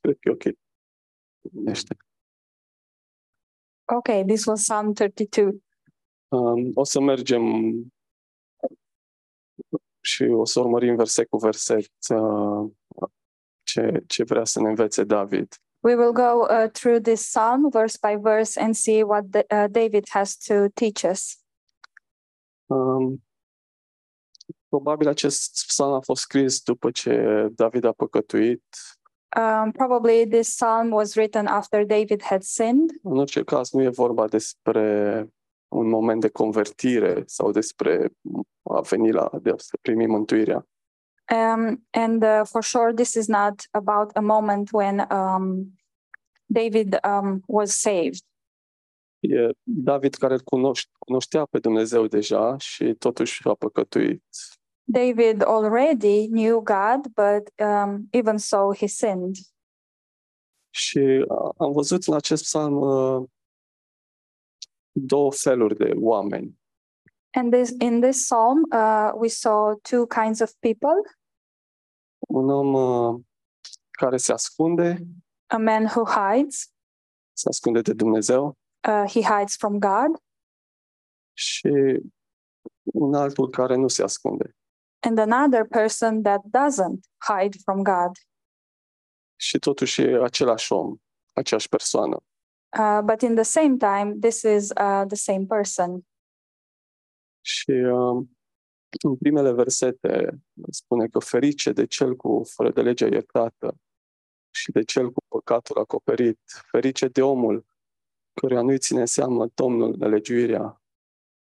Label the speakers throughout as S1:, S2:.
S1: Cred că e ok. Ește.
S2: Okay, this was Psalm 32.
S1: Um, o să mergem și o să urmărim verset cu verset uh, ce, ce vrea să ne învețe David.
S2: We will go uh, through this psalm verse by verse and see what the, uh, David has to teach us.
S1: Um, probabil acest psalm a fost scris după ce David a păcătuit.
S2: Um, probably this psalm was written after David had sinned.
S1: În orice caz, nu e vorba despre un moment de convertire sau despre a veni la de a se primi mântuirea.
S2: Um, and uh, for sure, this is not about a moment when um, David um, was saved.
S1: E David care îl cunoș- cunoștea pe Dumnezeu deja și totuși a păcătuit.
S2: David already knew God, but um, even so, he sinned.
S1: Și a- am văzut în acest psalm uh, două feluri de oameni.
S2: And this, in this psalm, uh, we saw two kinds of people
S1: Un om uh, care se ascunde,
S2: a man who hides,
S1: se ascunde de Dumnezeu
S2: uh, he hides from God,
S1: și un altul care nu se ascunde.
S2: and another person that doesn't hide from God,
S1: Și totuși e același om, aceeași persoană.
S2: uh, but in the same time, this is uh, the same person.
S1: Și uh, în primele versete spune că ferice de cel cu fără de legea iertată și de cel cu păcatul acoperit, ferice de omul căruia nu-i ține seamă Domnul nelegiuirea,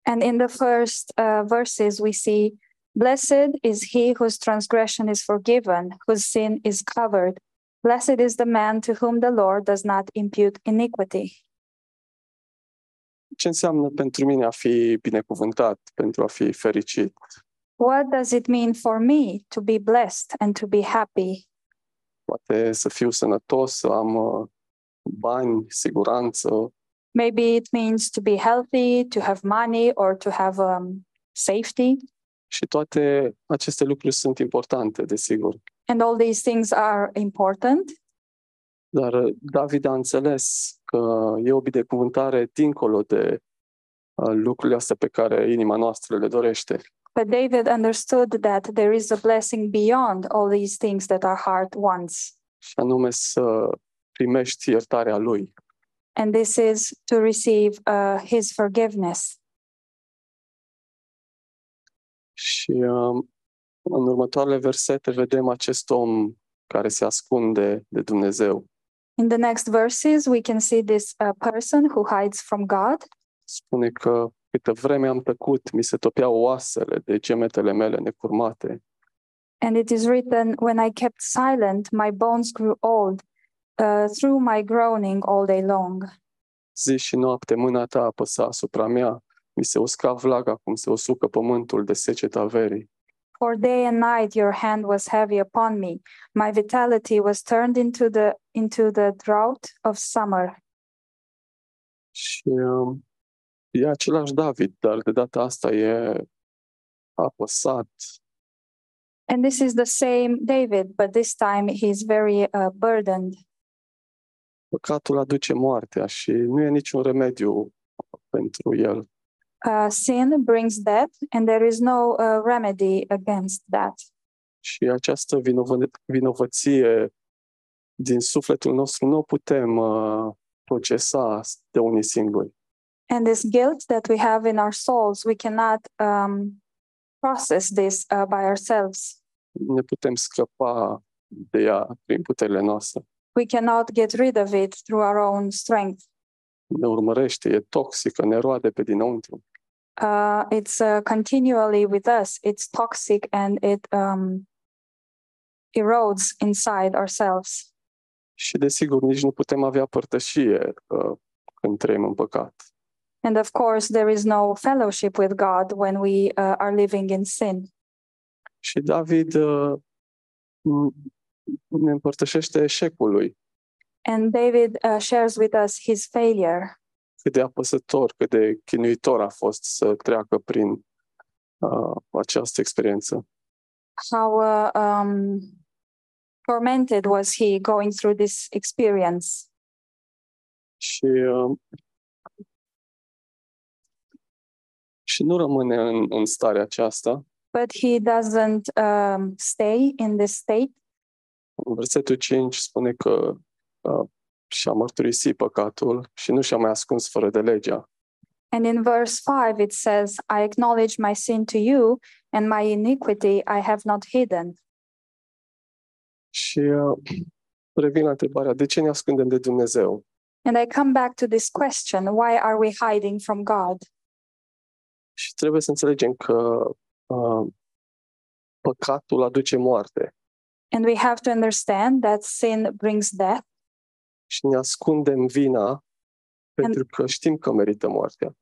S2: And in the first uh, verses, we see, Blessed is he whose transgression is forgiven, whose sin is covered. Blessed is the man to whom the Lord does not impute iniquity.
S1: ce înseamnă pentru mine a fi binecuvântat, pentru a fi fericit?
S2: What does it mean for me to be blessed and to be happy?
S1: Poate să fiu sănătos, să am uh, bani, siguranță,
S2: Maybe it means to be healthy, to have money, or to have um, safety.
S1: și toate aceste lucruri sunt importante, desigur.
S2: And all these things are important.
S1: Dar uh, David a înțeles că e o binecuvântare dincolo de uh, lucrurile astea pe care inima noastră le dorește.
S2: But David understood that there is a blessing beyond all these things that our heart wants.
S1: Și anume să primești iertarea lui.
S2: And this is to receive uh, his forgiveness.
S1: Și uh, în următoarele versete vedem acest om care se ascunde de Dumnezeu.
S2: In the next verses, we can see this uh, person who hides from God.
S1: Spune că câtă vreme am tăcut, mi se topeau oasele de gemetele mele necurmate.
S2: And it is written, When I kept silent, my bones grew old uh, through my groaning all day long.
S1: Zi și noapte mâna ta apăsa asupra mea, mi se usca vlaga cum se usucă pământul de seceta verii.
S2: For day and night your hand was heavy upon me. My vitality was turned into the, into the drought of summer.
S1: Și um, e același David, dar de data asta e apăsat,
S2: And this is the same David, but this time he's very uh, burdened.
S1: păcatul aduce moartea și nu e niciun remediu pentru el.
S2: Uh, sin brings death, and there is no uh, remedy against that.
S1: Și această vinovă- vinovăție din sufletul nostru nu o putem uh, procesa de unii singuri.
S2: And this guilt that we have in our souls, we cannot um, process this uh, by ourselves.
S1: Ne putem scăpa de ea prin puterile noastre.
S2: We cannot get rid of it through our own strength.
S1: Ne urmărește, e toxică, ne roade pe dinăuntru.
S2: Uh, it's uh, continually with us, it's toxic and it um, erodes inside ourselves.
S1: Și desigur, nici nu putem avea părtășie uh, când trăim în păcat.
S2: And of course, there is no fellowship with God when we uh, are living in sin.
S1: Și David uh, m- ne împărtășește eșecul lui,
S2: And David uh, shares with us his failure.
S1: cât de apăsător, cât de chinuitor a fost să treacă prin uh, această experiență.
S2: how uh, um, tormented was he going through this experience.
S1: și um, și nu rămâne în, în starea aceasta.
S2: But he doesn't um, stay in this state.
S1: În versetul 5 spune că uh, și-a mărturisit păcatul și nu și-a mai ascuns fără de legea.
S2: And in verse 5, it says, I acknowledge my sin to you, and my iniquity I have not hidden.
S1: Și uh, revin la întrebarea, de ce ne ascundem de Dumnezeu?
S2: And I come back to this question why are we hiding from God?
S1: Și trebuie să înțelegem că uh, păcatul aduce moarte
S2: And we have to understand that sin brings death,
S1: și ne ascundem vina pentru că știm că merită moartea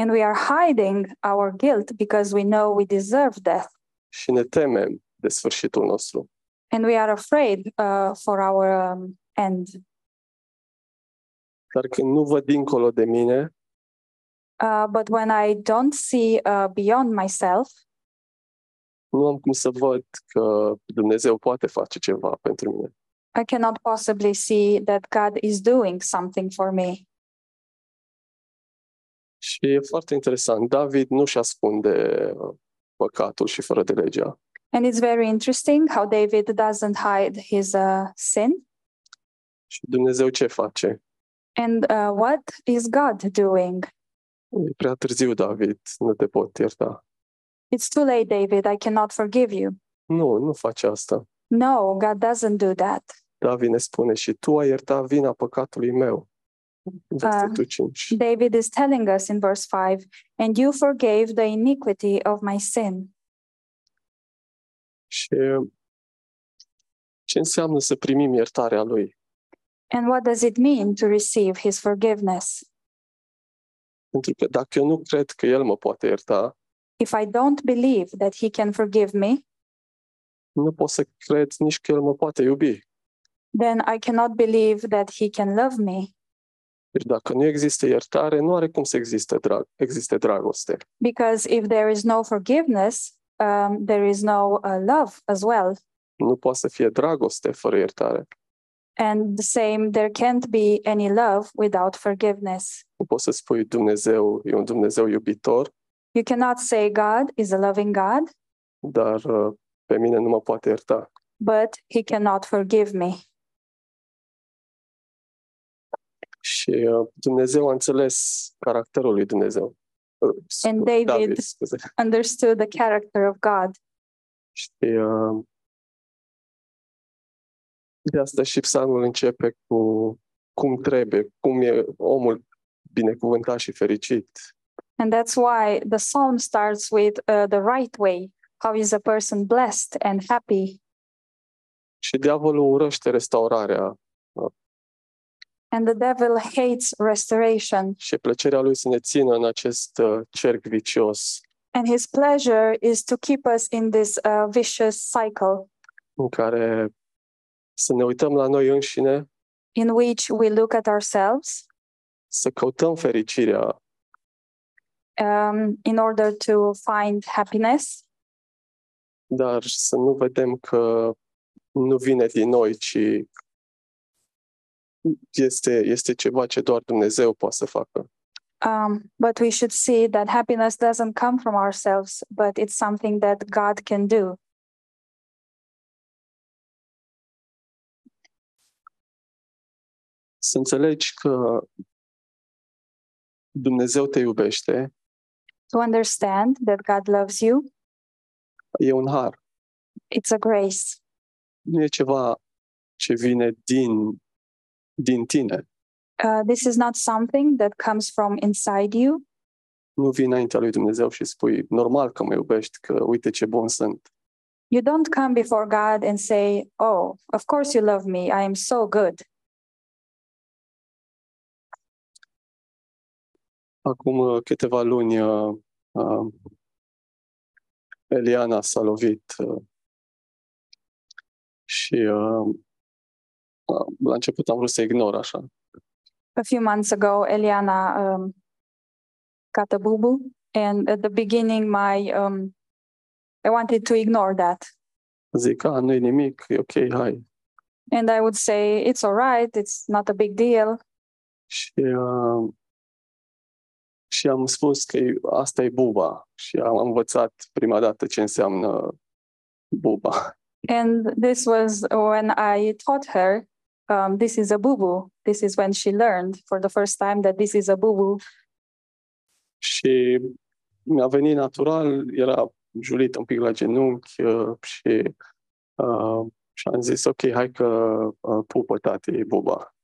S2: and we are hiding our guilt because we know we deserve death,
S1: și ne temem de sfârșitul nostru.
S2: and we are afraid uh, for our um, end.
S1: Dar când nu văd dincolo de mine,
S2: Uh, but when I don't see uh, beyond myself,
S1: nu am cum să văd că Dumnezeu poate face ceva pentru mine.
S2: I cannot possibly see that God is doing something for me.
S1: Și e foarte interesant, David nu-și ascunde uh, păcatul și fără de legea.
S2: And it's very interesting how David doesn't hide his uh, sin.
S1: Și Dumnezeu ce face?
S2: And uh, what is God doing?
S1: E prea târziu, David, nu te pot ierta.
S2: It's too late, David. I cannot forgive you.
S1: Nu, nu face asta.
S2: No, God doesn't do that.
S1: David ne spune, și tu ai iertat vina păcatului meu. Versetul 5.
S2: David is telling us in verse 5 and you forgave the iniquity of my sin.
S1: Și ce înseamnă să primim iertarea lui?
S2: And what does it mean to receive his forgiveness?
S1: Pentru că dacă eu nu cred că el mă poate ierta,
S2: If I don't believe that he can forgive me,
S1: nu pot să cred nici că el mă poate iubi.
S2: then I cannot believe that he can love me.
S1: Deci dacă nu există iertare, nu are cum să existe, drag, existe dragoste.
S2: Because if there is no forgiveness, um, there is no uh, love as well.
S1: Nu poate să fie dragoste fără iertare.
S2: And the same, there can't be any love without forgiveness.
S1: Nu poți să spui Dumnezeu e un Dumnezeu iubitor,
S2: You cannot say God is a loving God,
S1: dar uh, pe mine nu mă poate ierta.
S2: but he cannot forgive me.
S1: Și uh, Dumnezeu a înțeles caracterul lui Dumnezeu. Uh, scu-
S2: And David-
S1: scuze.
S2: Understood the character of God.
S1: Și uh, de asta și psalmul începe cu cum trebuie, cum e omul binecuvântat și fericit.
S2: And that's why the psalm starts with uh, the right way. How is a person blessed and happy?
S1: Și diavolul urăște restaurarea
S2: And the devil hates restoration,
S1: și plăcerea lui să ne țină în acest uh, cerc vicios
S2: and his pleasure is to keep us in this uh, vicious cycle
S1: în care să ne uităm la noi înșine,
S2: in which we look at ourselves
S1: să căutăm fericirea
S2: um, in order to find happiness,
S1: dar să nu vedem că nu vine din noi, ci este, este ceva ce doar Dumnezeu poate să facă.
S2: Um, but we should see that happiness doesn't come from ourselves, but it's something that God can do.
S1: Să înțelegi că Dumnezeu te iubește,
S2: To understand that God loves you,
S1: e un har.
S2: it's a grace.
S1: Nu e ceva ce vine din, din tine,
S2: Uh, this is not something that comes from inside you.
S1: nu vii înaintea lui Dumnezeu și spui, normal că mă iubești, că uite ce bun sunt.
S2: You don't come before God and say, Oh, of course you love me. I am so good.
S1: Acum uh, câteva luni, uh, uh, Eliana s-a lovit uh, și uh, uh, la început am vrut să ignor așa.
S2: A few months ago, Eliana um, got a boo boo. And at the beginning, my um, I wanted to ignore that.
S1: Zic, a, nu-i nimic, e ok, hai,
S2: And I would say it's all right, it's not a big deal.
S1: Și, uh, și am spus că e- asta e buba și am învățat prima dată ce înseamnă buba.
S2: And this was when I taught her um, this is a boo boo. This is when she learned for the first time that this is a boo boo.
S1: Și mi-a venit natural, era julit un pic la genunchi uh, și, uh, și am zis, ok, hai că uh, pupă tati, e buba.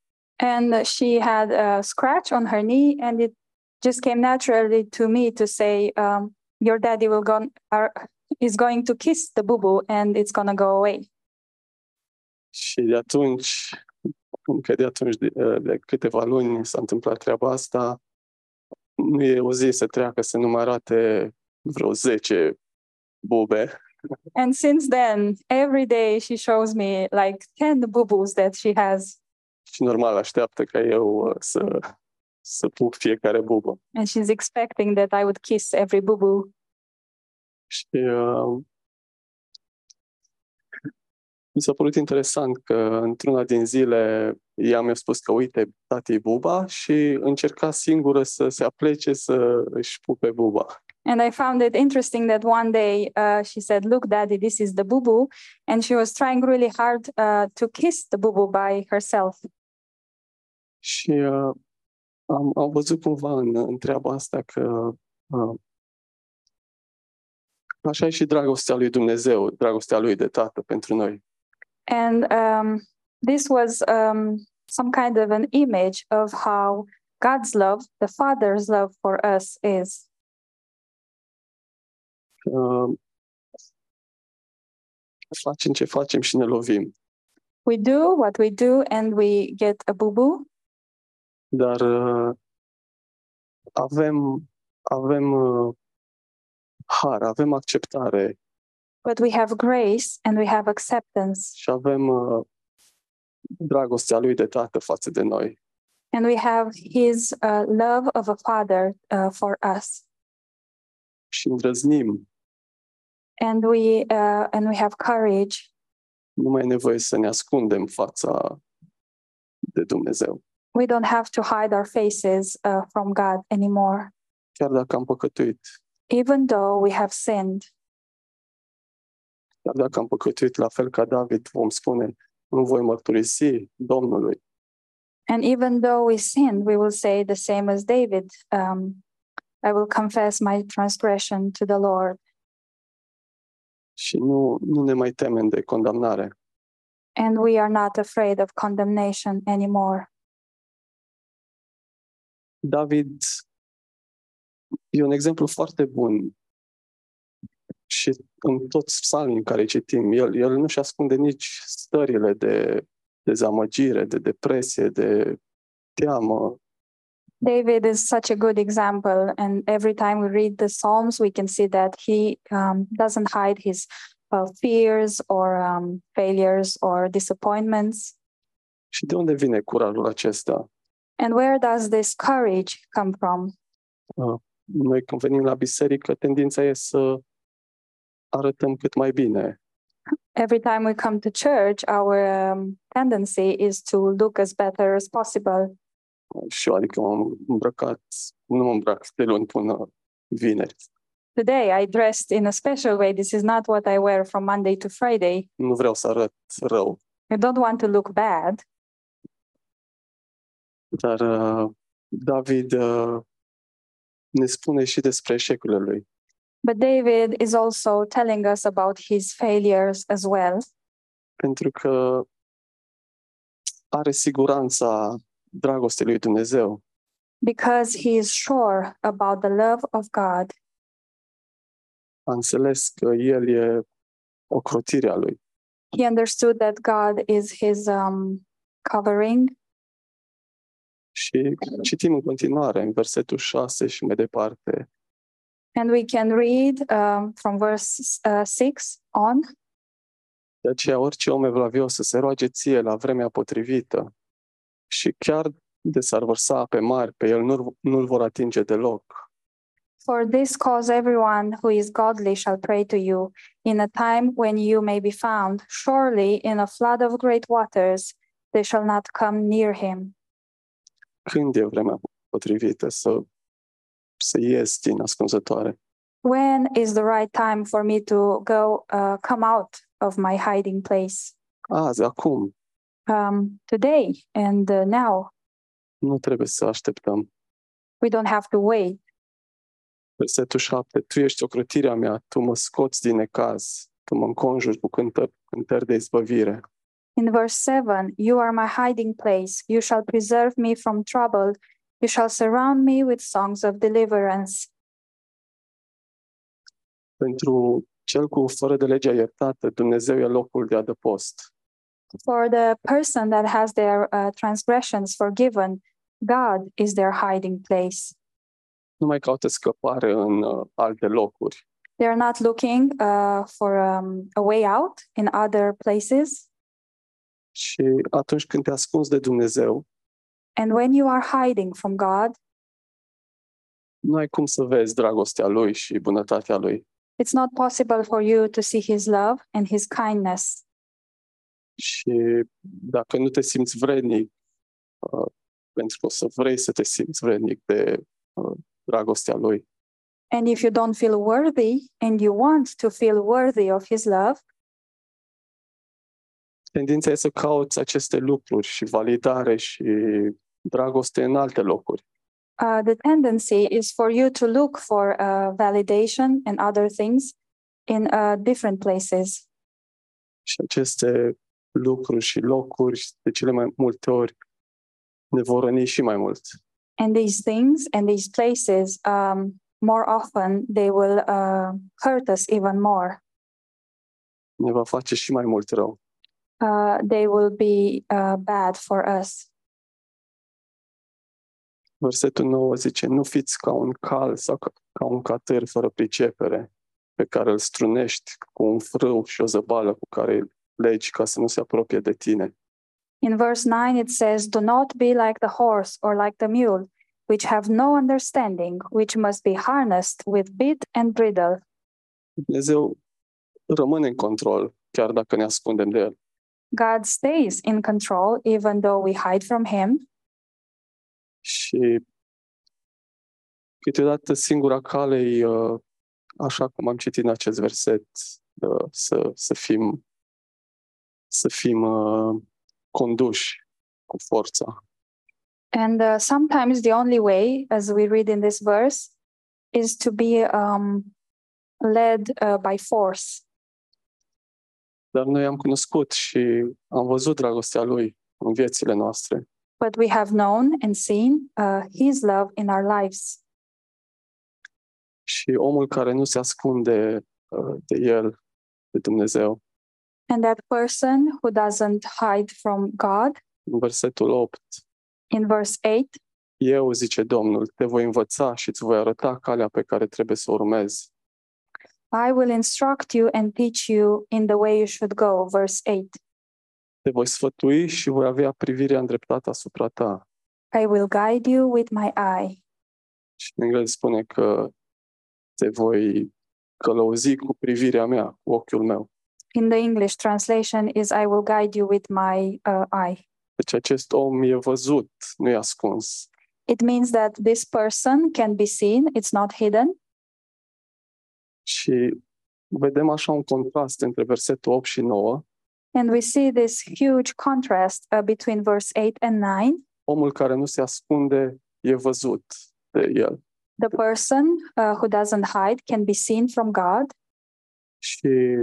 S2: And she had a scratch on her knee, and it just came naturally to me to say, um, Your daddy will go, are, is going to kiss the boo boo and it's going to go away.
S1: Și de atunci, încă de atunci, de, uh, de câteva luni s-a întâmplat treaba asta, nu e o zi să treacă să nu mă arate vreo 10 bube.
S2: And since then, every day she shows me like 10 boo boos that she has.
S1: și normal așteaptă ca eu uh, să, să pup fiecare bubă.
S2: And she's expecting that I would kiss every boo boo.
S1: Și uh, mi s-a părut interesant că într-una din zile ea mi-a spus că uite, tati e buba și încerca singură să se aplece să își pupe buba.
S2: And I found it interesting that one day uh, she said, Look, daddy, this is the boo boo. And she was trying really hard uh, to kiss the boo boo by herself.
S1: Și uh, am, am văzut cumva în, în treaba asta că uh, așa e și dragostea lui Dumnezeu, dragostea lui de tată pentru noi.
S2: And um, this was um, some kind of an image of how God's love, the Father's love for us, is.
S1: uh, facem ce facem și ne lovim.
S2: We do what we do and we get a boo boo,
S1: Dar uh, avem, avem uh, har, avem acceptare
S2: but we have grace and we have acceptance
S1: și avem uh, dragostea lui de tată față de noi.
S2: and we have His uh, love of a Father uh, for us.
S1: Și îndrăznim,
S2: And we, uh, and we have courage.
S1: nu mai e nevoie să ne ascundem fața de Dumnezeu.
S2: We don't have to hide our faces uh, from God anymore,
S1: Chiar dacă am păcătuit,
S2: even though we have sinned.
S1: chiar dacă am păcătuit la fel ca David, vom spune, nu voi mărturisi Domnului.
S2: And even though we sinned, we will say the same as David um, I will confess my transgression to the Lord.
S1: și nu, nu ne mai temem de condamnare.
S2: And we are not afraid of condemnation anymore.
S1: David e un exemplu foarte bun și în toți psalmii în care citim, el, el nu-și ascunde nici stările de dezamăgire, de depresie, de teamă.
S2: David is such a good example. And every time we read the Psalms, we can see that he um, doesn't hide his uh, fears or um, failures or disappointments.
S1: Și de unde vine curajul acesta?
S2: And where does this courage come from?
S1: Noi când venim la biserică, tendința e să arătăm cât mai bine,
S2: Every time we come to church, our um, tendency is to look as better as possible.
S1: și eu, adică m-am îmbrăcat, nu mă îmbrac de luni până vineri.
S2: today I dressed in a special way. This is not what I wear from Monday to Friday.
S1: Nu vreau să arăt rău.
S2: I don't want to look bad.
S1: Dar uh, David uh, ne spune și despre eșecurile lui.
S2: But David is also telling us about his failures as well
S1: Pentru că are siguranța dragostei lui Dumnezeu.
S2: because he is sure about the love of God.
S1: A înțeles că el e ocrotirea lui.
S2: He understood that God is his um, covering.
S1: Și citim în continuare, în versetul 6 și mai departe.
S2: And we can read um, from verse uh, 6 on.
S1: De aceea, orice om evlavios să se roage ție la vremea potrivită și chiar de s-ar vărsa ape mari, pe el nu-l, nu-l vor atinge deloc.
S2: For this cause, everyone who is godly shall pray to you in a time when you may be found. Surely, in a flood of great waters, they shall not come near him.
S1: Când e vremea potrivită să, să ies din ascunzătoare?
S2: When is the right time for me to go, uh, come out of my hiding place?
S1: Azi, acum,
S2: Um, today and uh, now,
S1: nu trebuie să așteptăm.
S2: we don't have to wait.
S1: Versetul 7. Tu ești ocrotirea mea, tu mă scoți din necaz, tu mă înconjuri cu cântă, cântări de izbăvire.
S2: In verse 7, you are my hiding place. You shall preserve me from trouble. You shall surround me with songs of deliverance.
S1: Pentru cel cu fără de legea iertată, Dumnezeu e locul de adăpost.
S2: For the person that has their uh, transgressions forgiven, God is their hiding place.
S1: Nu mai caută scăpare în uh, alte locuri.
S2: They are not looking uh, for um, a way out in other places.
S1: Și atunci când te ascunzi de Dumnezeu,
S2: And when you are hiding from God,
S1: nu ai cum să vezi dragostea Lui și bunătatea Lui.
S2: it's not possible for you to see His love and His kindness.
S1: Și dacă nu te simți vrednic, uh, pentru că o să vrei să te simți vrednic de uh, dragostea Lui,
S2: And if you don't feel worthy and you want to feel worthy of His love,
S1: tendința e să cauți aceste lucruri și validare și dragoste în alte locuri.
S2: uh, the tendency is for you to look for uh, validation and other things in uh, different places.
S1: Și aceste lucruri și locuri, de cele mai multe ori, ne vor răni și mai mult.
S2: And these things and these places, um, more often, they will uh, hurt us even more.
S1: Ne va face și mai mult rău.
S2: Uh, they will be uh, bad for us.
S1: Versetul 9 zice, nu fiți ca un cal sau ca, ca un catâr fără pricepere, pe care îl strunești cu un frâu și o zăbală cu care îl legi ca să nu se apropie de tine.
S2: In verse 9, it says, Do not be like the horse or like the mule, which have no understanding, which must be harnessed with bit and bridle.
S1: Dumnezeu rămâne în control, chiar dacă ne ascundem de el.
S2: God stays in control even though we hide from him.
S1: Și câteodată singura cale e, uh, așa cum am citit în acest verset, uh, să, să fim, să fim uh, conduși cu forța.
S2: And uh, sometimes the only way, as we read in this verse, is to be um, led uh, by force.
S1: Dar noi am cunoscut și am văzut dragostea Lui în viețile noastre.
S2: But we have known and seen uh, His love in our lives.
S1: Și omul care nu se ascunde uh, de El, de Dumnezeu,
S2: And that person who doesn't hide from God,
S1: în versetul 8,
S2: in verse 8,
S1: eu, zice Domnul, te voi învăța și îți voi arăta calea pe care trebuie să o urmezi.
S2: I will instruct you and teach you in the way you should go. Verse 8.
S1: Te voi sfătui și voi avea privirea îndreptată asupra ta.
S2: I will guide you with my eye.
S1: Și în engleză spune că te voi călăuzi cu privirea mea, cu ochiul meu.
S2: In the English translation, is I will guide you with my uh, eye.
S1: Deci acest om e văzut, nu e ascuns.
S2: It means that this person can be seen, it's not hidden.
S1: Și vedem așa un contrast între versetul 8 și 9.
S2: And we see this huge contrast uh, between verse 8 and 9.
S1: Omul care nu se ascunde e văzut de el.
S2: The person uh, who doesn't hide can be seen from God.
S1: Și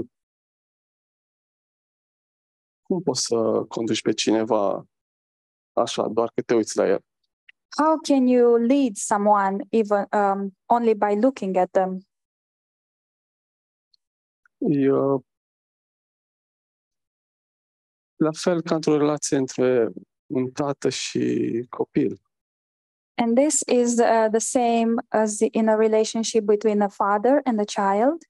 S1: cum poți să conduci pe cineva așa, doar că te uiți la el?
S2: How can you lead someone even um, only by looking at them?
S1: E, uh, la fel ca într-o relație între un tată și copil.
S2: And this is uh, the same as in a relationship between a father and a child.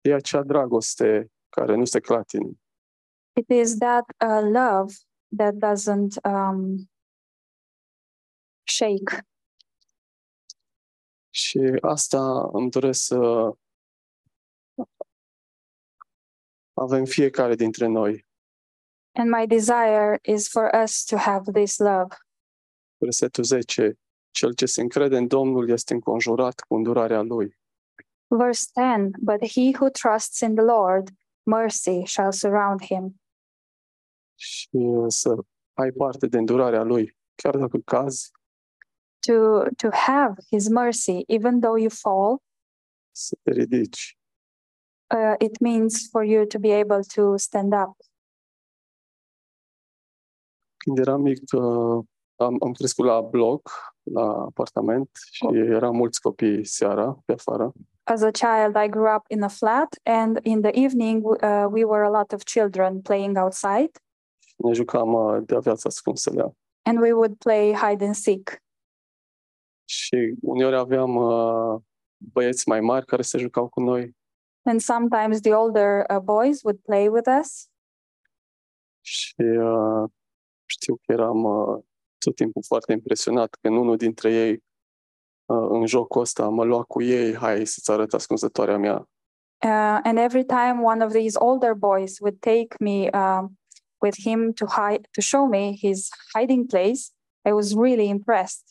S1: E acea dragoste care nu se clatină.
S2: It is that uh, love that doesn't um, shake.
S1: Și asta îmi doresc să avem fiecare dintre noi.
S2: And my desire is for us to have this love.
S1: Versetul 10. Cel ce se încrede în Domnul este înconjurat cu îndurarea Lui.
S2: Verse 10 But he who trusts in the Lord, mercy shall surround him.
S1: Și să ai parte de îndurarea Lui. Chiar dacă cazi,
S2: To, to have his mercy, even though you fall,
S1: să te ridici.
S2: uh, it means for you to be able to stand up.
S1: Când eram mic, uh, am, am crescut la bloc, la apartament și erau mulți copii seara pe afară.
S2: As a child, I grew up in a flat, and in the evening, uh, we were a lot of children playing outside,
S1: Ne jucam uh, de-a viața ascunselea.
S2: and we would play hide and seek.
S1: Și uneori aveam uh, băieți mai mari care se jucau cu noi
S2: And sometimes the older uh, boys would play with us,
S1: și uh, știu că eram uh, tot timpul foarte impresionat când unul dintre ei uh, în jocul ăsta mă lua cu ei, hai să-ți arăt ascunzătoarea mea.
S2: uh, and every time one of these older boys would take me uh, with him to hide to show me his hiding place, I was really impressed.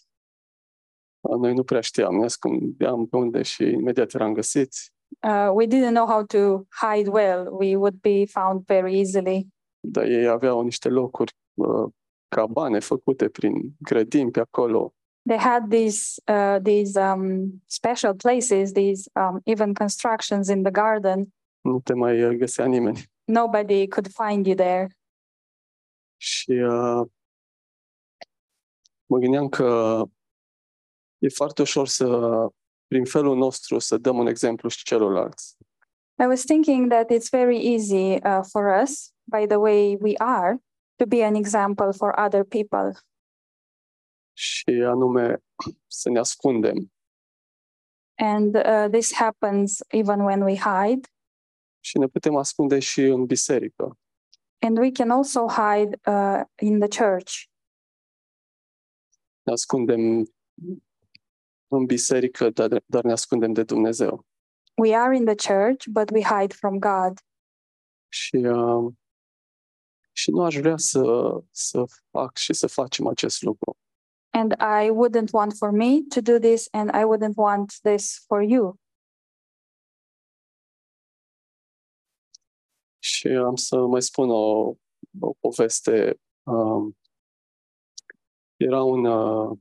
S1: Uh, Noi nu prea știam, ne ascundeam pe unde și imediat eram găsiți.
S2: Uh, we didn't know how to hide well. We would be found very easily.
S1: dar ei aveau niște locuri, uh, cabane făcute prin grădini pe acolo
S2: They had these uh, these um, special places, these um, even constructions in the garden.
S1: nu te mai uh, găsea nimeni.
S2: Nobody could find you there.
S1: Și uh, mă gândeam că e foarte ușor să, prin felul nostru, să dăm un exemplu și celorlalți.
S2: I was thinking that it's very easy uh, for us, by the way we are, to be an example for other people,
S1: Și anume să ne ascundem
S2: and uh, this happens even when we hide,
S1: și ne putem ascunde și în biserică.
S2: and we can also hide uh, in the church.
S1: Ne ascundem în biserică, dar, dar ne ascundem de Dumnezeu.
S2: We are in the church, but we hide from God.
S1: Și, uh, și nu aș vrea să, să fac și să facem acest lucru.
S2: And I wouldn't want for me to do this, and I wouldn't want this for you.
S1: Și am să mai spun o, o poveste. Um, era un uh,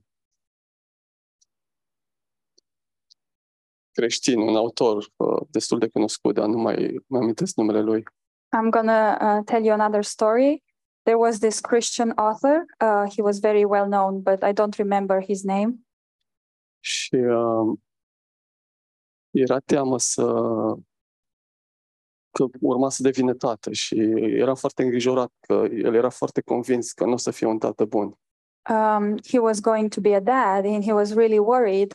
S1: creștin, un autor uh, destul de cunoscut, dar nu mai mă amintesc numele lui.
S2: I'm gonna uh, tell you another story. There was this Christian author. Uh, he was very well known, but I don't remember his name.
S1: Și uh, era teamă să că urma să devină tată și era foarte îngrijorat că el era foarte convins că nu o să fie un tată bun.
S2: um, he was going to be a dad and he was really worried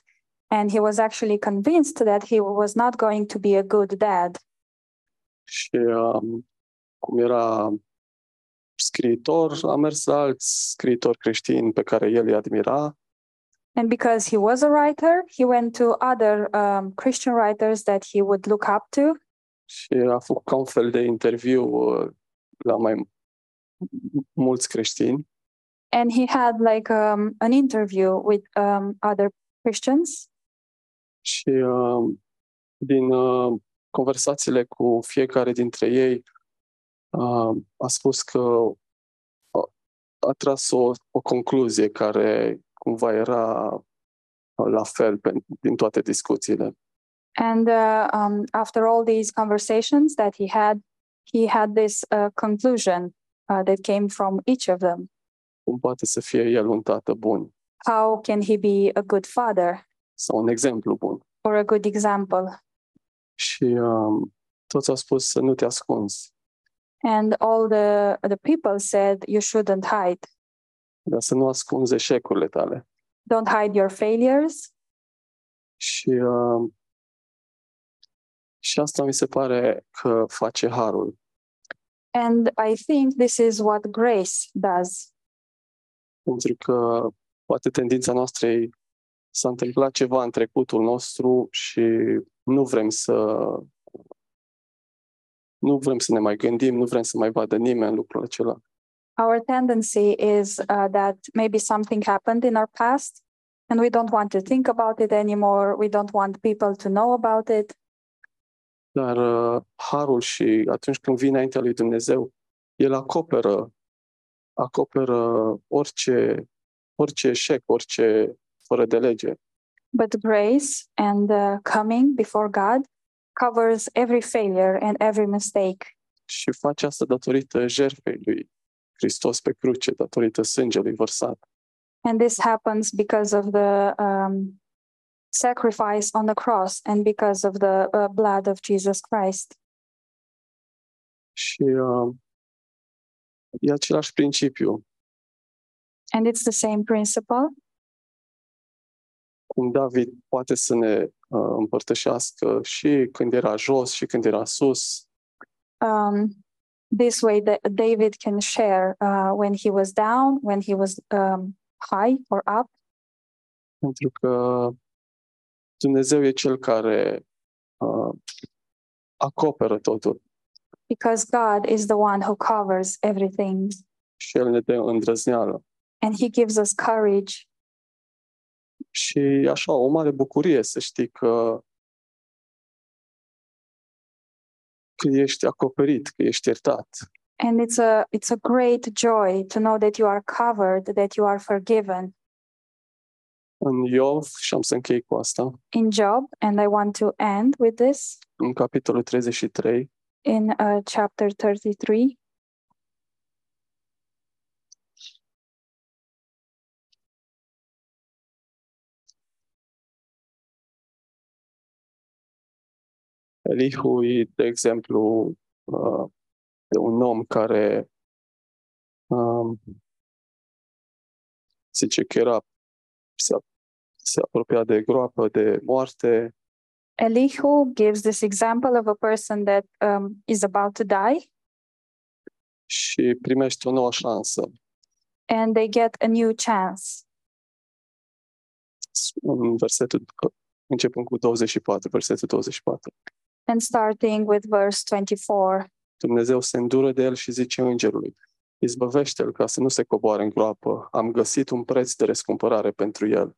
S2: and he was actually convinced that he was not going to be a good dad
S1: Și um, cum era scriitor, a mers la alți scriitori creștini pe care el îi admira
S2: and because he was a writer he went to other um, christian writers that he would look up to
S1: și a făcut ca un fel de interviu uh, la mai mulți creștini
S2: and he had like um, an interview with um, other christians
S1: și uh, din uh, conversațiile cu fiecare dintre ei uh, a spus că a, a tras o, o concluzie care cumva era uh, la fel pe, din toate discuțiile.
S2: and uh, um, after all these conversations that he had he had this uh, conclusion uh, that came from each of them
S1: Cum poate să fie el un tată bun
S2: how can he be a good father
S1: sau un exemplu bun.
S2: or a good example.
S1: Și uh, toți au spus să nu te ascunzi,
S2: And all the, the people said, you shouldn't hide.
S1: dar să nu ascunzi eșecurile tale.
S2: Don't hide your failures.
S1: Și, uh, și asta mi se pare că face harul.
S2: And I think this is what grace does
S1: pentru că poate tendința noastră e s-a întâmplat ceva în trecutul nostru și nu vrem să nu vrem să ne mai gândim, nu vrem să mai vadă nimeni lucrul acela.
S2: Our tendency is uh, that maybe something happened in our past and we don't want to think about it anymore. We don't want people to know about it.
S1: Dar uh, harul și atunci când vine înaintea lui Dumnezeu, el acoperă acoperă orice orice eșec, orice fără de lege.
S2: But grace and uh, coming before God covers every failure and every mistake.
S1: și face asta datorită jertfei lui Hristos pe cruce, datorită sângelui vărsat.
S2: And this happens because of the um, sacrifice on the cross and because of the uh, blood of Jesus Christ.
S1: Și uh, e același principiu.
S2: And it's the same principle.
S1: Cum David poate să ne uh, împărtășească și când era jos și când era sus,
S2: Um, this way that David can share uh, when he was down, when he was um, high or up,
S1: pentru că Dumnezeu e cel care uh, acoperă totul
S2: because God is the one who covers everything
S1: și El ne dă îndrăzneală.
S2: and he gives us courage.
S1: Și e așa, o mare bucurie să știi că că ești acoperit, că ești iertat.
S2: And it's a, it's a great joy to know that you are covered, that you are forgiven.
S1: În Iov, și am să închei cu asta,
S2: in Job, and I want to end with this
S1: în capitolul 33,
S2: in uh, chapter 33.
S1: Elihu e, de exemplu, uh, de un om care um, zice că era, se, se apropia de groapă, de moarte,
S2: Elihu gives this example of a person that um, is about to die,
S1: și primește o nouă șansă.
S2: and they get a new chance.
S1: În versetul, începând cu 24, versetul 24.
S2: And starting with verse 24,
S1: Dumnezeu se îndură de el și zice îngerului, izbăvește-l ca să nu se coboare în groapă, am găsit un preț de răscumpărare pentru el.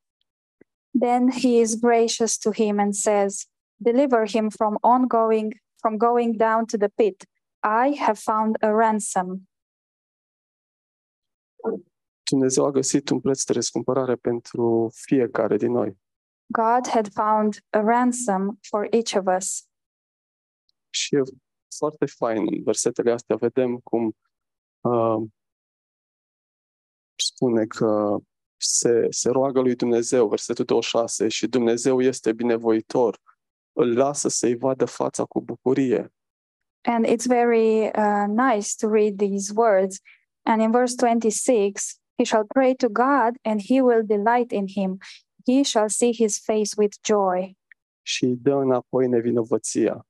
S2: then he is gracious to him and says, Deliver him from ongoing, from going down to the pit. I have found a ransom.
S1: Dumnezeu a găsit un preț de răscumpărare pentru fiecare din noi
S2: God had found a ransom for each of us.
S1: și e foarte fain în versetele astea vedem cum uh, spune că se, se roagă lui Dumnezeu, versetul 26, și Dumnezeu este binevoitor, îl lasă să-i vadă fața cu bucurie.
S2: And it's very uh, nice to read these words. And in verse 26, he shall pray to God and he will delight in him. He shall see his face with joy,
S1: și îi dă înapoi nevinovăția.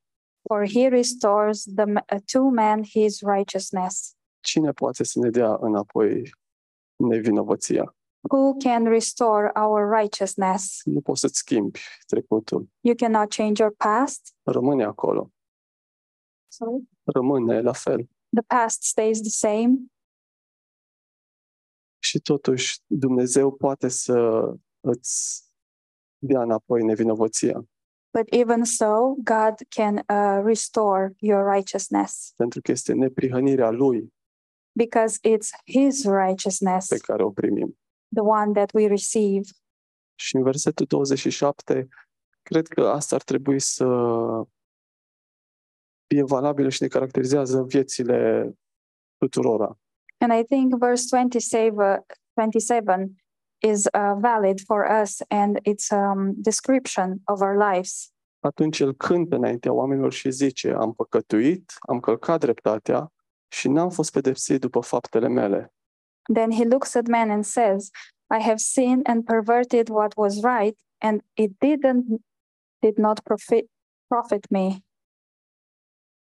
S2: for he restores the, m- uh, to man his righteousness.
S1: Cine poate să ne dea înapoi nevinovăția?
S2: Who can restore our righteousness?
S1: Nu poți să-ți schimbi trecutul.
S2: You cannot change your past.
S1: Rămâne acolo.
S2: Sorry.
S1: Rămâne la fel.
S2: The past stays the same,
S1: Și totuși Dumnezeu poate să îți dea înapoi nevinovăția.
S2: but even so, God can uh, restore your righteousness
S1: Pentru că este neprihănirea Lui
S2: because it's His righteousness.
S1: pe care o primim.
S2: the one that we receive.
S1: Și în versetul 27, cred că asta ar trebui să fie valabilă și ne caracterizează viețile tuturora.
S2: And I think verse 27, 27 is uh, valid for us and it's a um, description of our lives.
S1: atunci el cântă înaintea oamenilor și zice, am păcătuit, am călcat dreptatea și n-am fost pedepsit după faptele mele.
S2: Then he looks at men and says, I have sinned and perverted what was right, and it didn't did not profit profit me.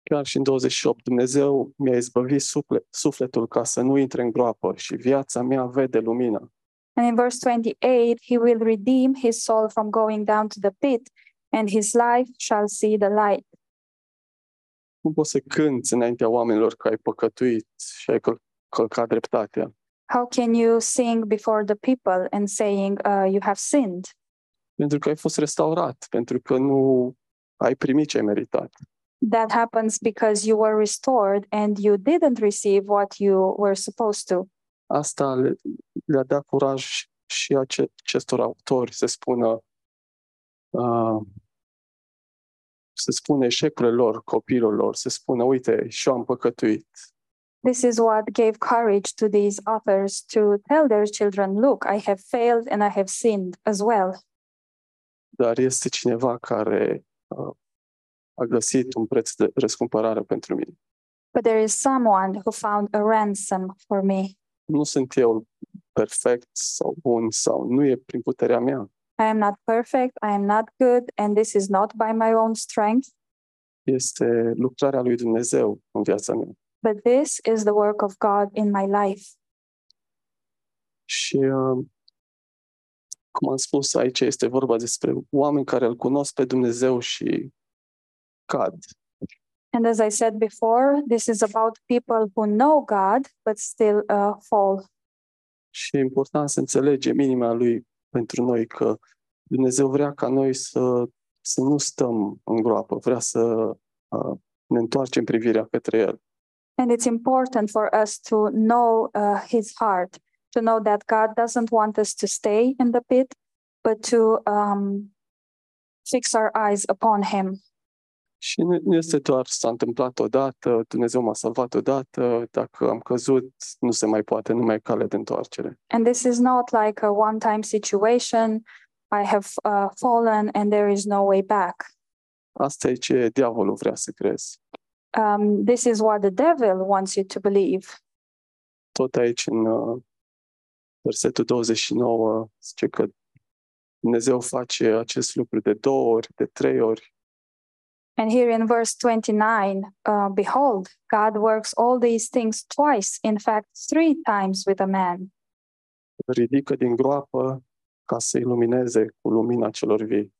S1: Chiar și în 28, Dumnezeu mi-a izbăvit suple- sufletul ca să nu intre în groapă și viața mea vede lumină.
S2: And in verse 28, he will redeem his soul from going down to the pit, and his life shall see the light.
S1: Cum poți să cânți înaintea oamenilor că ai păcătuit și ai căl- călcat dreptatea?
S2: How can you sing before the people and saying, uh, You have sinned?
S1: Pentru că ai fost restaurat, pentru că nu ai primit ce ai meritat.
S2: That happens because you were restored and you didn't receive what you were supposed to.
S1: Asta le, le-a dat curaj și ace- acestor autori să spună uh, să spună eșecurile lor, copiilor lor, să spună, uite, și eu am păcătuit,
S2: This is what gave courage to these authors to tell their children, Look, I have failed and I have sinned as well.
S1: dar este cineva care uh, a găsit un preț de răscumpărare pentru mine.
S2: But there is someone who found a ransom for me.
S1: Nu sunt eu perfect sau bun sau nu e prin puterea mea,
S2: I am not perfect, I am not good, and this is not by my own strength,
S1: este lucrarea lui Dumnezeu în viața mea.
S2: but this is the work of God in my life.
S1: Și, uh, cum am spus, aici este vorba despre oameni care îl cunosc pe Dumnezeu și cad.
S2: And as I said before, this is about people who know God but still uh, fall.
S1: Și e important să înțelegem inima lui pentru noi că Dumnezeu vrea ca noi să, să nu stăm în groapă, vrea să uh, ne întoarcem privirea către El.
S2: And it's important for us to know uh, His heart, to know that God doesn't want us to stay in the pit, but to um, fix our eyes upon Him.
S1: Și nu nu este doar s-a întâmplat odată, Dumnezeu m-a salvat odată, dacă am căzut, nu se mai poate, nu mai e cale de întoarcere.
S2: And this is not like a one time situation. I have uh, fallen and there is no way back.
S1: Asta e ce diavolul vrea să crezi.
S2: Um, this is what the devil wants you to believe.
S1: Tot aici în uh, versetul 29 zice că Dumnezeu face acest lucru de două ori, de trei ori,
S2: And here in verse 29, uh, behold, God works all these things twice, in fact, three times with a man.
S1: ridică din groapă ca să ilumineze cu lumina celor vii.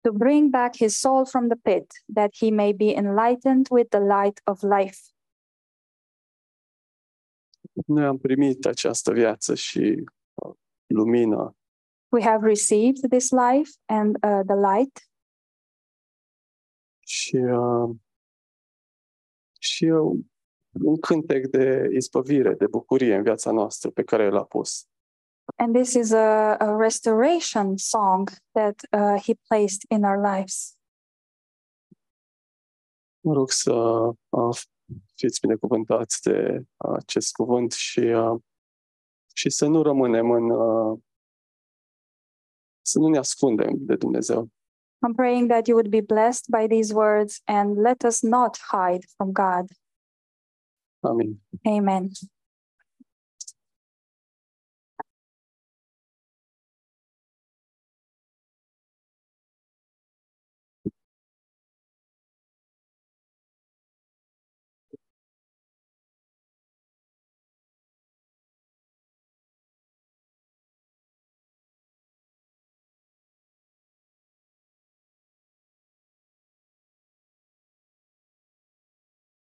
S2: to bring back his soul from the pit, that he may be enlightened with the light of life.
S1: Noi am primit această viață și uh, lumina
S2: We have received this life and uh, the light,
S1: și uh, și uh, un cântec de izbăvire, de bucurie în viața noastră pe care l-a pus.
S2: and this is a, a restoration song that uh, he placed in our lives.
S1: Mă rog să uh, fiți binecuvântați de acest cuvânt și, uh, și să nu rămânem în... uh, să nu ne ascundem de Dumnezeu.
S2: I'm praying that you would be blessed by these words and let us not hide from God.
S1: Amin.
S2: Amen.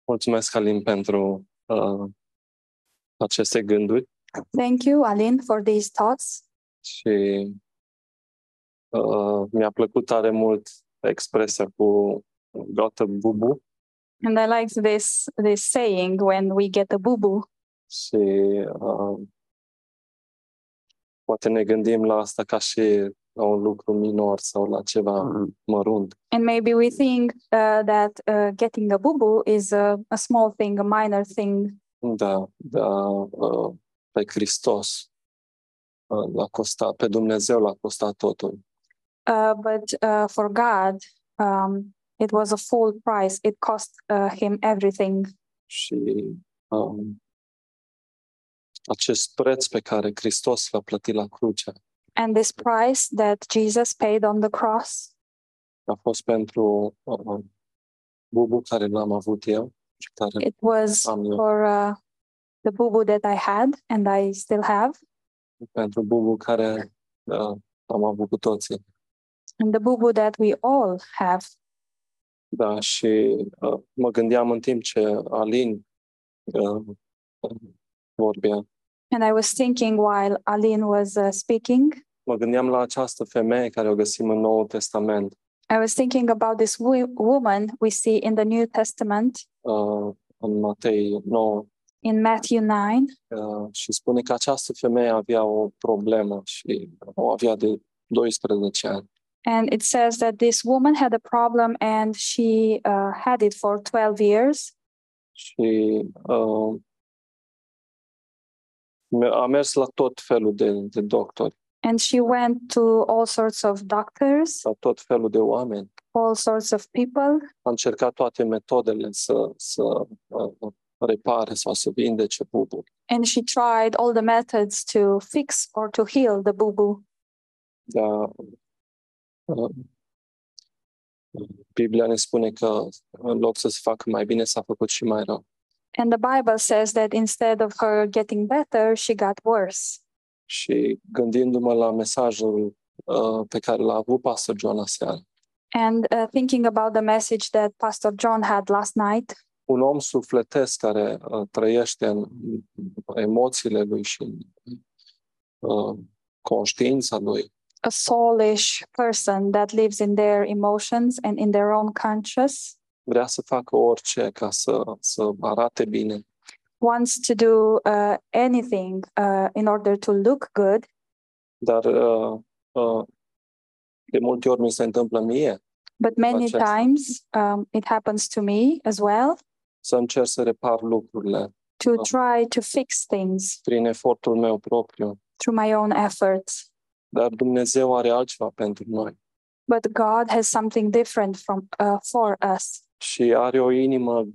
S3: Mulțumesc, Alin, pentru uh, aceste gânduri
S2: Thank you, Aline, for these thoughts.
S3: și uh, mi-a plăcut tare mult expresia cu gotă bubu
S2: And I liked this this saying when we get a boo boo.
S3: și uh, poate ne gândim la asta ca și la un lucru minor sau la ceva mărunt,
S2: And maybe we think uh, that uh, getting a boo boo is a, a small thing, a minor thing.
S3: Da, da, uh, pe Hristos uh, l-a costat, pe Dumnezeu l-a costat totul.
S2: Uh, but uh, for God, um, it was a full price. It cost uh, him everything.
S3: și um, acest preț pe care Hristos l-a plătit la cruce
S2: And this price that Jesus paid on the cross
S3: a fost pentru um, bubu care l-am avut eu și care
S2: It was
S3: am eu
S2: for uh, the boo boo that I had and I still have.
S1: pentru bubu care uh, am avut cu toții.
S2: and the boo boo that we all have.
S1: Da, și uh, mă gândeam în timp ce Alin uh, vorbea,
S2: And I was thinking while Aline was uh, speaking,
S1: mă gândeam la această femeie care o găsim în Noul Testament,
S2: I was thinking about this wo- woman we see in the New Testament
S1: uh, în Matei 9,
S2: in Matthew 9.
S1: uh, și spune că această femeie avea o problemă și o avea de 12 ani.
S2: And it says that this woman had a problem and she uh, had it for 12 years.
S1: și uh, me- a mers la tot felul de, de doctori,
S2: And she went to all sorts of doctors,
S1: la tot felul de oameni.
S2: all sorts of people.
S1: A încercat toate metodele să, să uh, repare sau să vindece bubul,
S2: And she tried all the methods to fix or to heal the boo boo.
S1: dar uh, Biblia ne spune că în loc să se facă mai bine, s-a făcut și mai rău.
S2: And the Bible says that instead of her getting better, she got worse.
S1: Și gândindu-mă la mesajul uh, pe care l-a avut pastor John aseară,
S2: And uh, thinking about the message that Pastor John had last night,
S1: un om sufletesc care uh, trăiește în în emoțiile lui și în uh, conștiința lui,
S2: a soulish person that lives in their emotions and in their own conscience
S1: vrea să facă orice ca să, să arate bine,
S2: wants to do uh, anything uh, in order to look good.
S1: dar uh, uh, de multe ori mi se întâmplă mie
S2: But many
S1: Aceasta.
S2: times um, it happens to me as well
S1: să încerc să repar lucrurile
S2: to
S1: Oh.
S2: try to fix things
S1: prin efortul meu propriu,
S2: through my own efforts.
S1: dar Dumnezeu are altceva pentru noi
S2: But God has something different from uh, for us,
S1: și are o inimă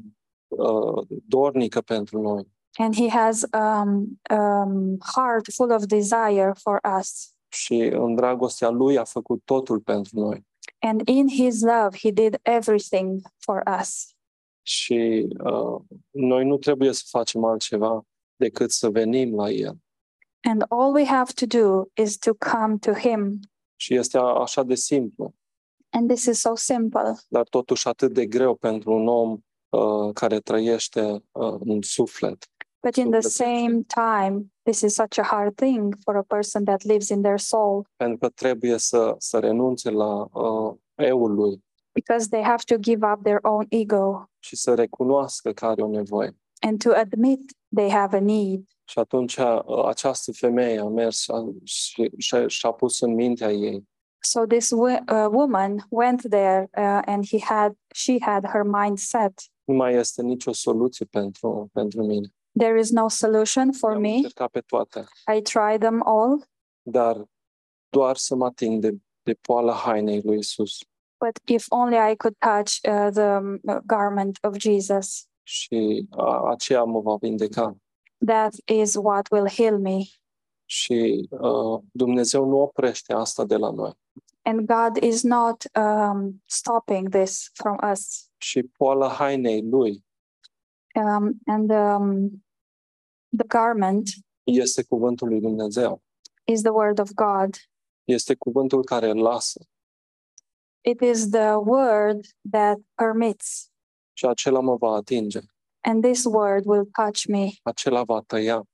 S1: uh, dornică pentru noi.
S2: and He has um, um, heart full of desire for us.
S1: Și în dragostea lui a făcut totul pentru noi.
S2: And in his love, he did everything for us.
S1: Și uh, noi nu trebuie să facem altceva decât să venim la El.
S2: And all we have to do is to come to him.
S1: Și este a- așa de simplu,
S2: And this is so simple,
S1: dar totuși atât de greu pentru un om uh, care trăiește uh, în suflet.
S2: but in the
S1: Sufletește.
S2: same time, this is such a hard thing for a person that lives in their soul
S1: Pentru că trebuie să, să renunțe la uh, eul lui
S2: because they have to give up their own ego
S1: și să recunoască că are o nevoie.
S2: and to admit they have a need.
S1: Și atunci uh, această femeie a mers și a- și și- și-a pus în mintea ei
S2: So this wo- uh, woman went there, uh, and he had she had her mindset.
S1: nu mai este nicio soluție pentru, pentru mine.
S2: There is no solution for
S1: am
S2: me.
S1: încercat pe toate.
S2: I tried them all,
S1: dar doar să mă ating de, de poala hainei lui Isus.
S2: But if only I could touch uh, the um, garment of Jesus,
S1: Și a, aceea mă va vindeca.
S2: that is what will heal me.
S1: Și uh, Dumnezeu nu oprește asta de la noi.
S2: And God is not um, stopping this from us.
S1: Și poala hainei lui
S2: Um, and um, the garment
S1: este cuvântul lui Dumnezeu.
S2: is the word of God.
S1: Este cuvântul care îl lasă.
S2: It is the word that permits,
S1: Și acela mă va atinge.
S2: and this word will touch me.
S1: Acela va tăia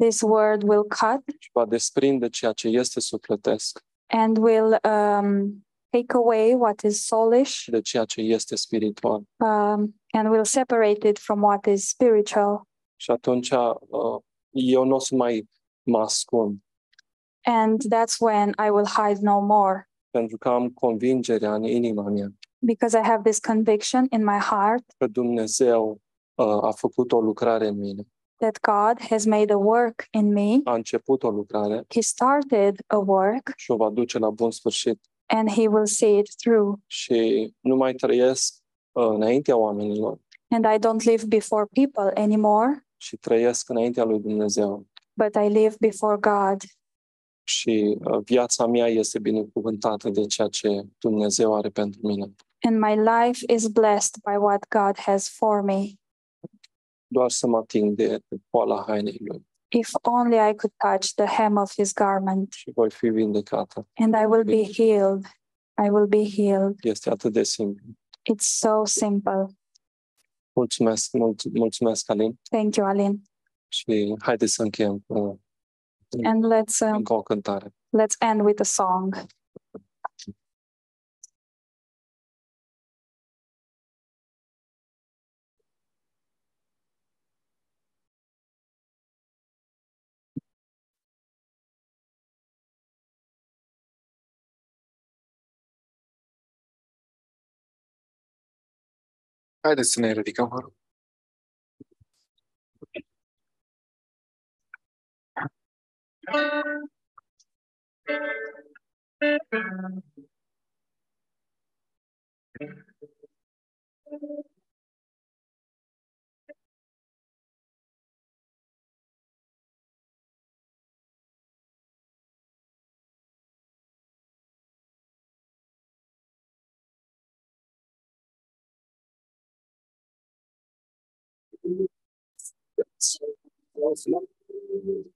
S2: This word will cut
S1: și va desprinde ceea ce este sufletesc
S2: and will um, take away what is soulish
S1: de ceea ce este spiritual.
S2: um, and will separate it from what is spiritual.
S1: Și atunci uh, eu nu o să mai mă ascund,
S2: And that's when I will hide no more
S1: pentru că am convingerea în inima mea
S2: because I have this conviction in my heart
S1: că Dumnezeu uh, a făcut o lucrare în mine.
S2: that God has made a work in me.
S1: A început o lucrare
S2: He started a work
S1: și o va duce la bun sfârșit
S2: and He will see it through.
S1: și nu mai trăiesc uh, înaintea oamenilor
S2: And I don't live before people anymore,
S1: și trăiesc înaintea lui Dumnezeu.
S2: but I live before God.
S1: Și uh, viața mea este binecuvântată de ceea ce Dumnezeu are pentru mine.
S2: And my life is blessed by what God has for me.
S1: Doar să mă ating de, de poala hainei lui.
S2: If only I could touch the hem of his garment
S1: și voi fi vindecată.
S2: and I will be healed. I will be healed.
S1: Este atât de simplu.
S2: It's so simple.
S1: Mulțumesc, mult, mulțumesc, Alin,
S2: Thank you, Aline.
S1: și haideți să încheiem cu
S2: And let's um,
S1: încă o cântare.
S2: let's end with a song.
S1: Haideți să ne ridicăm, vă rog. Thank you.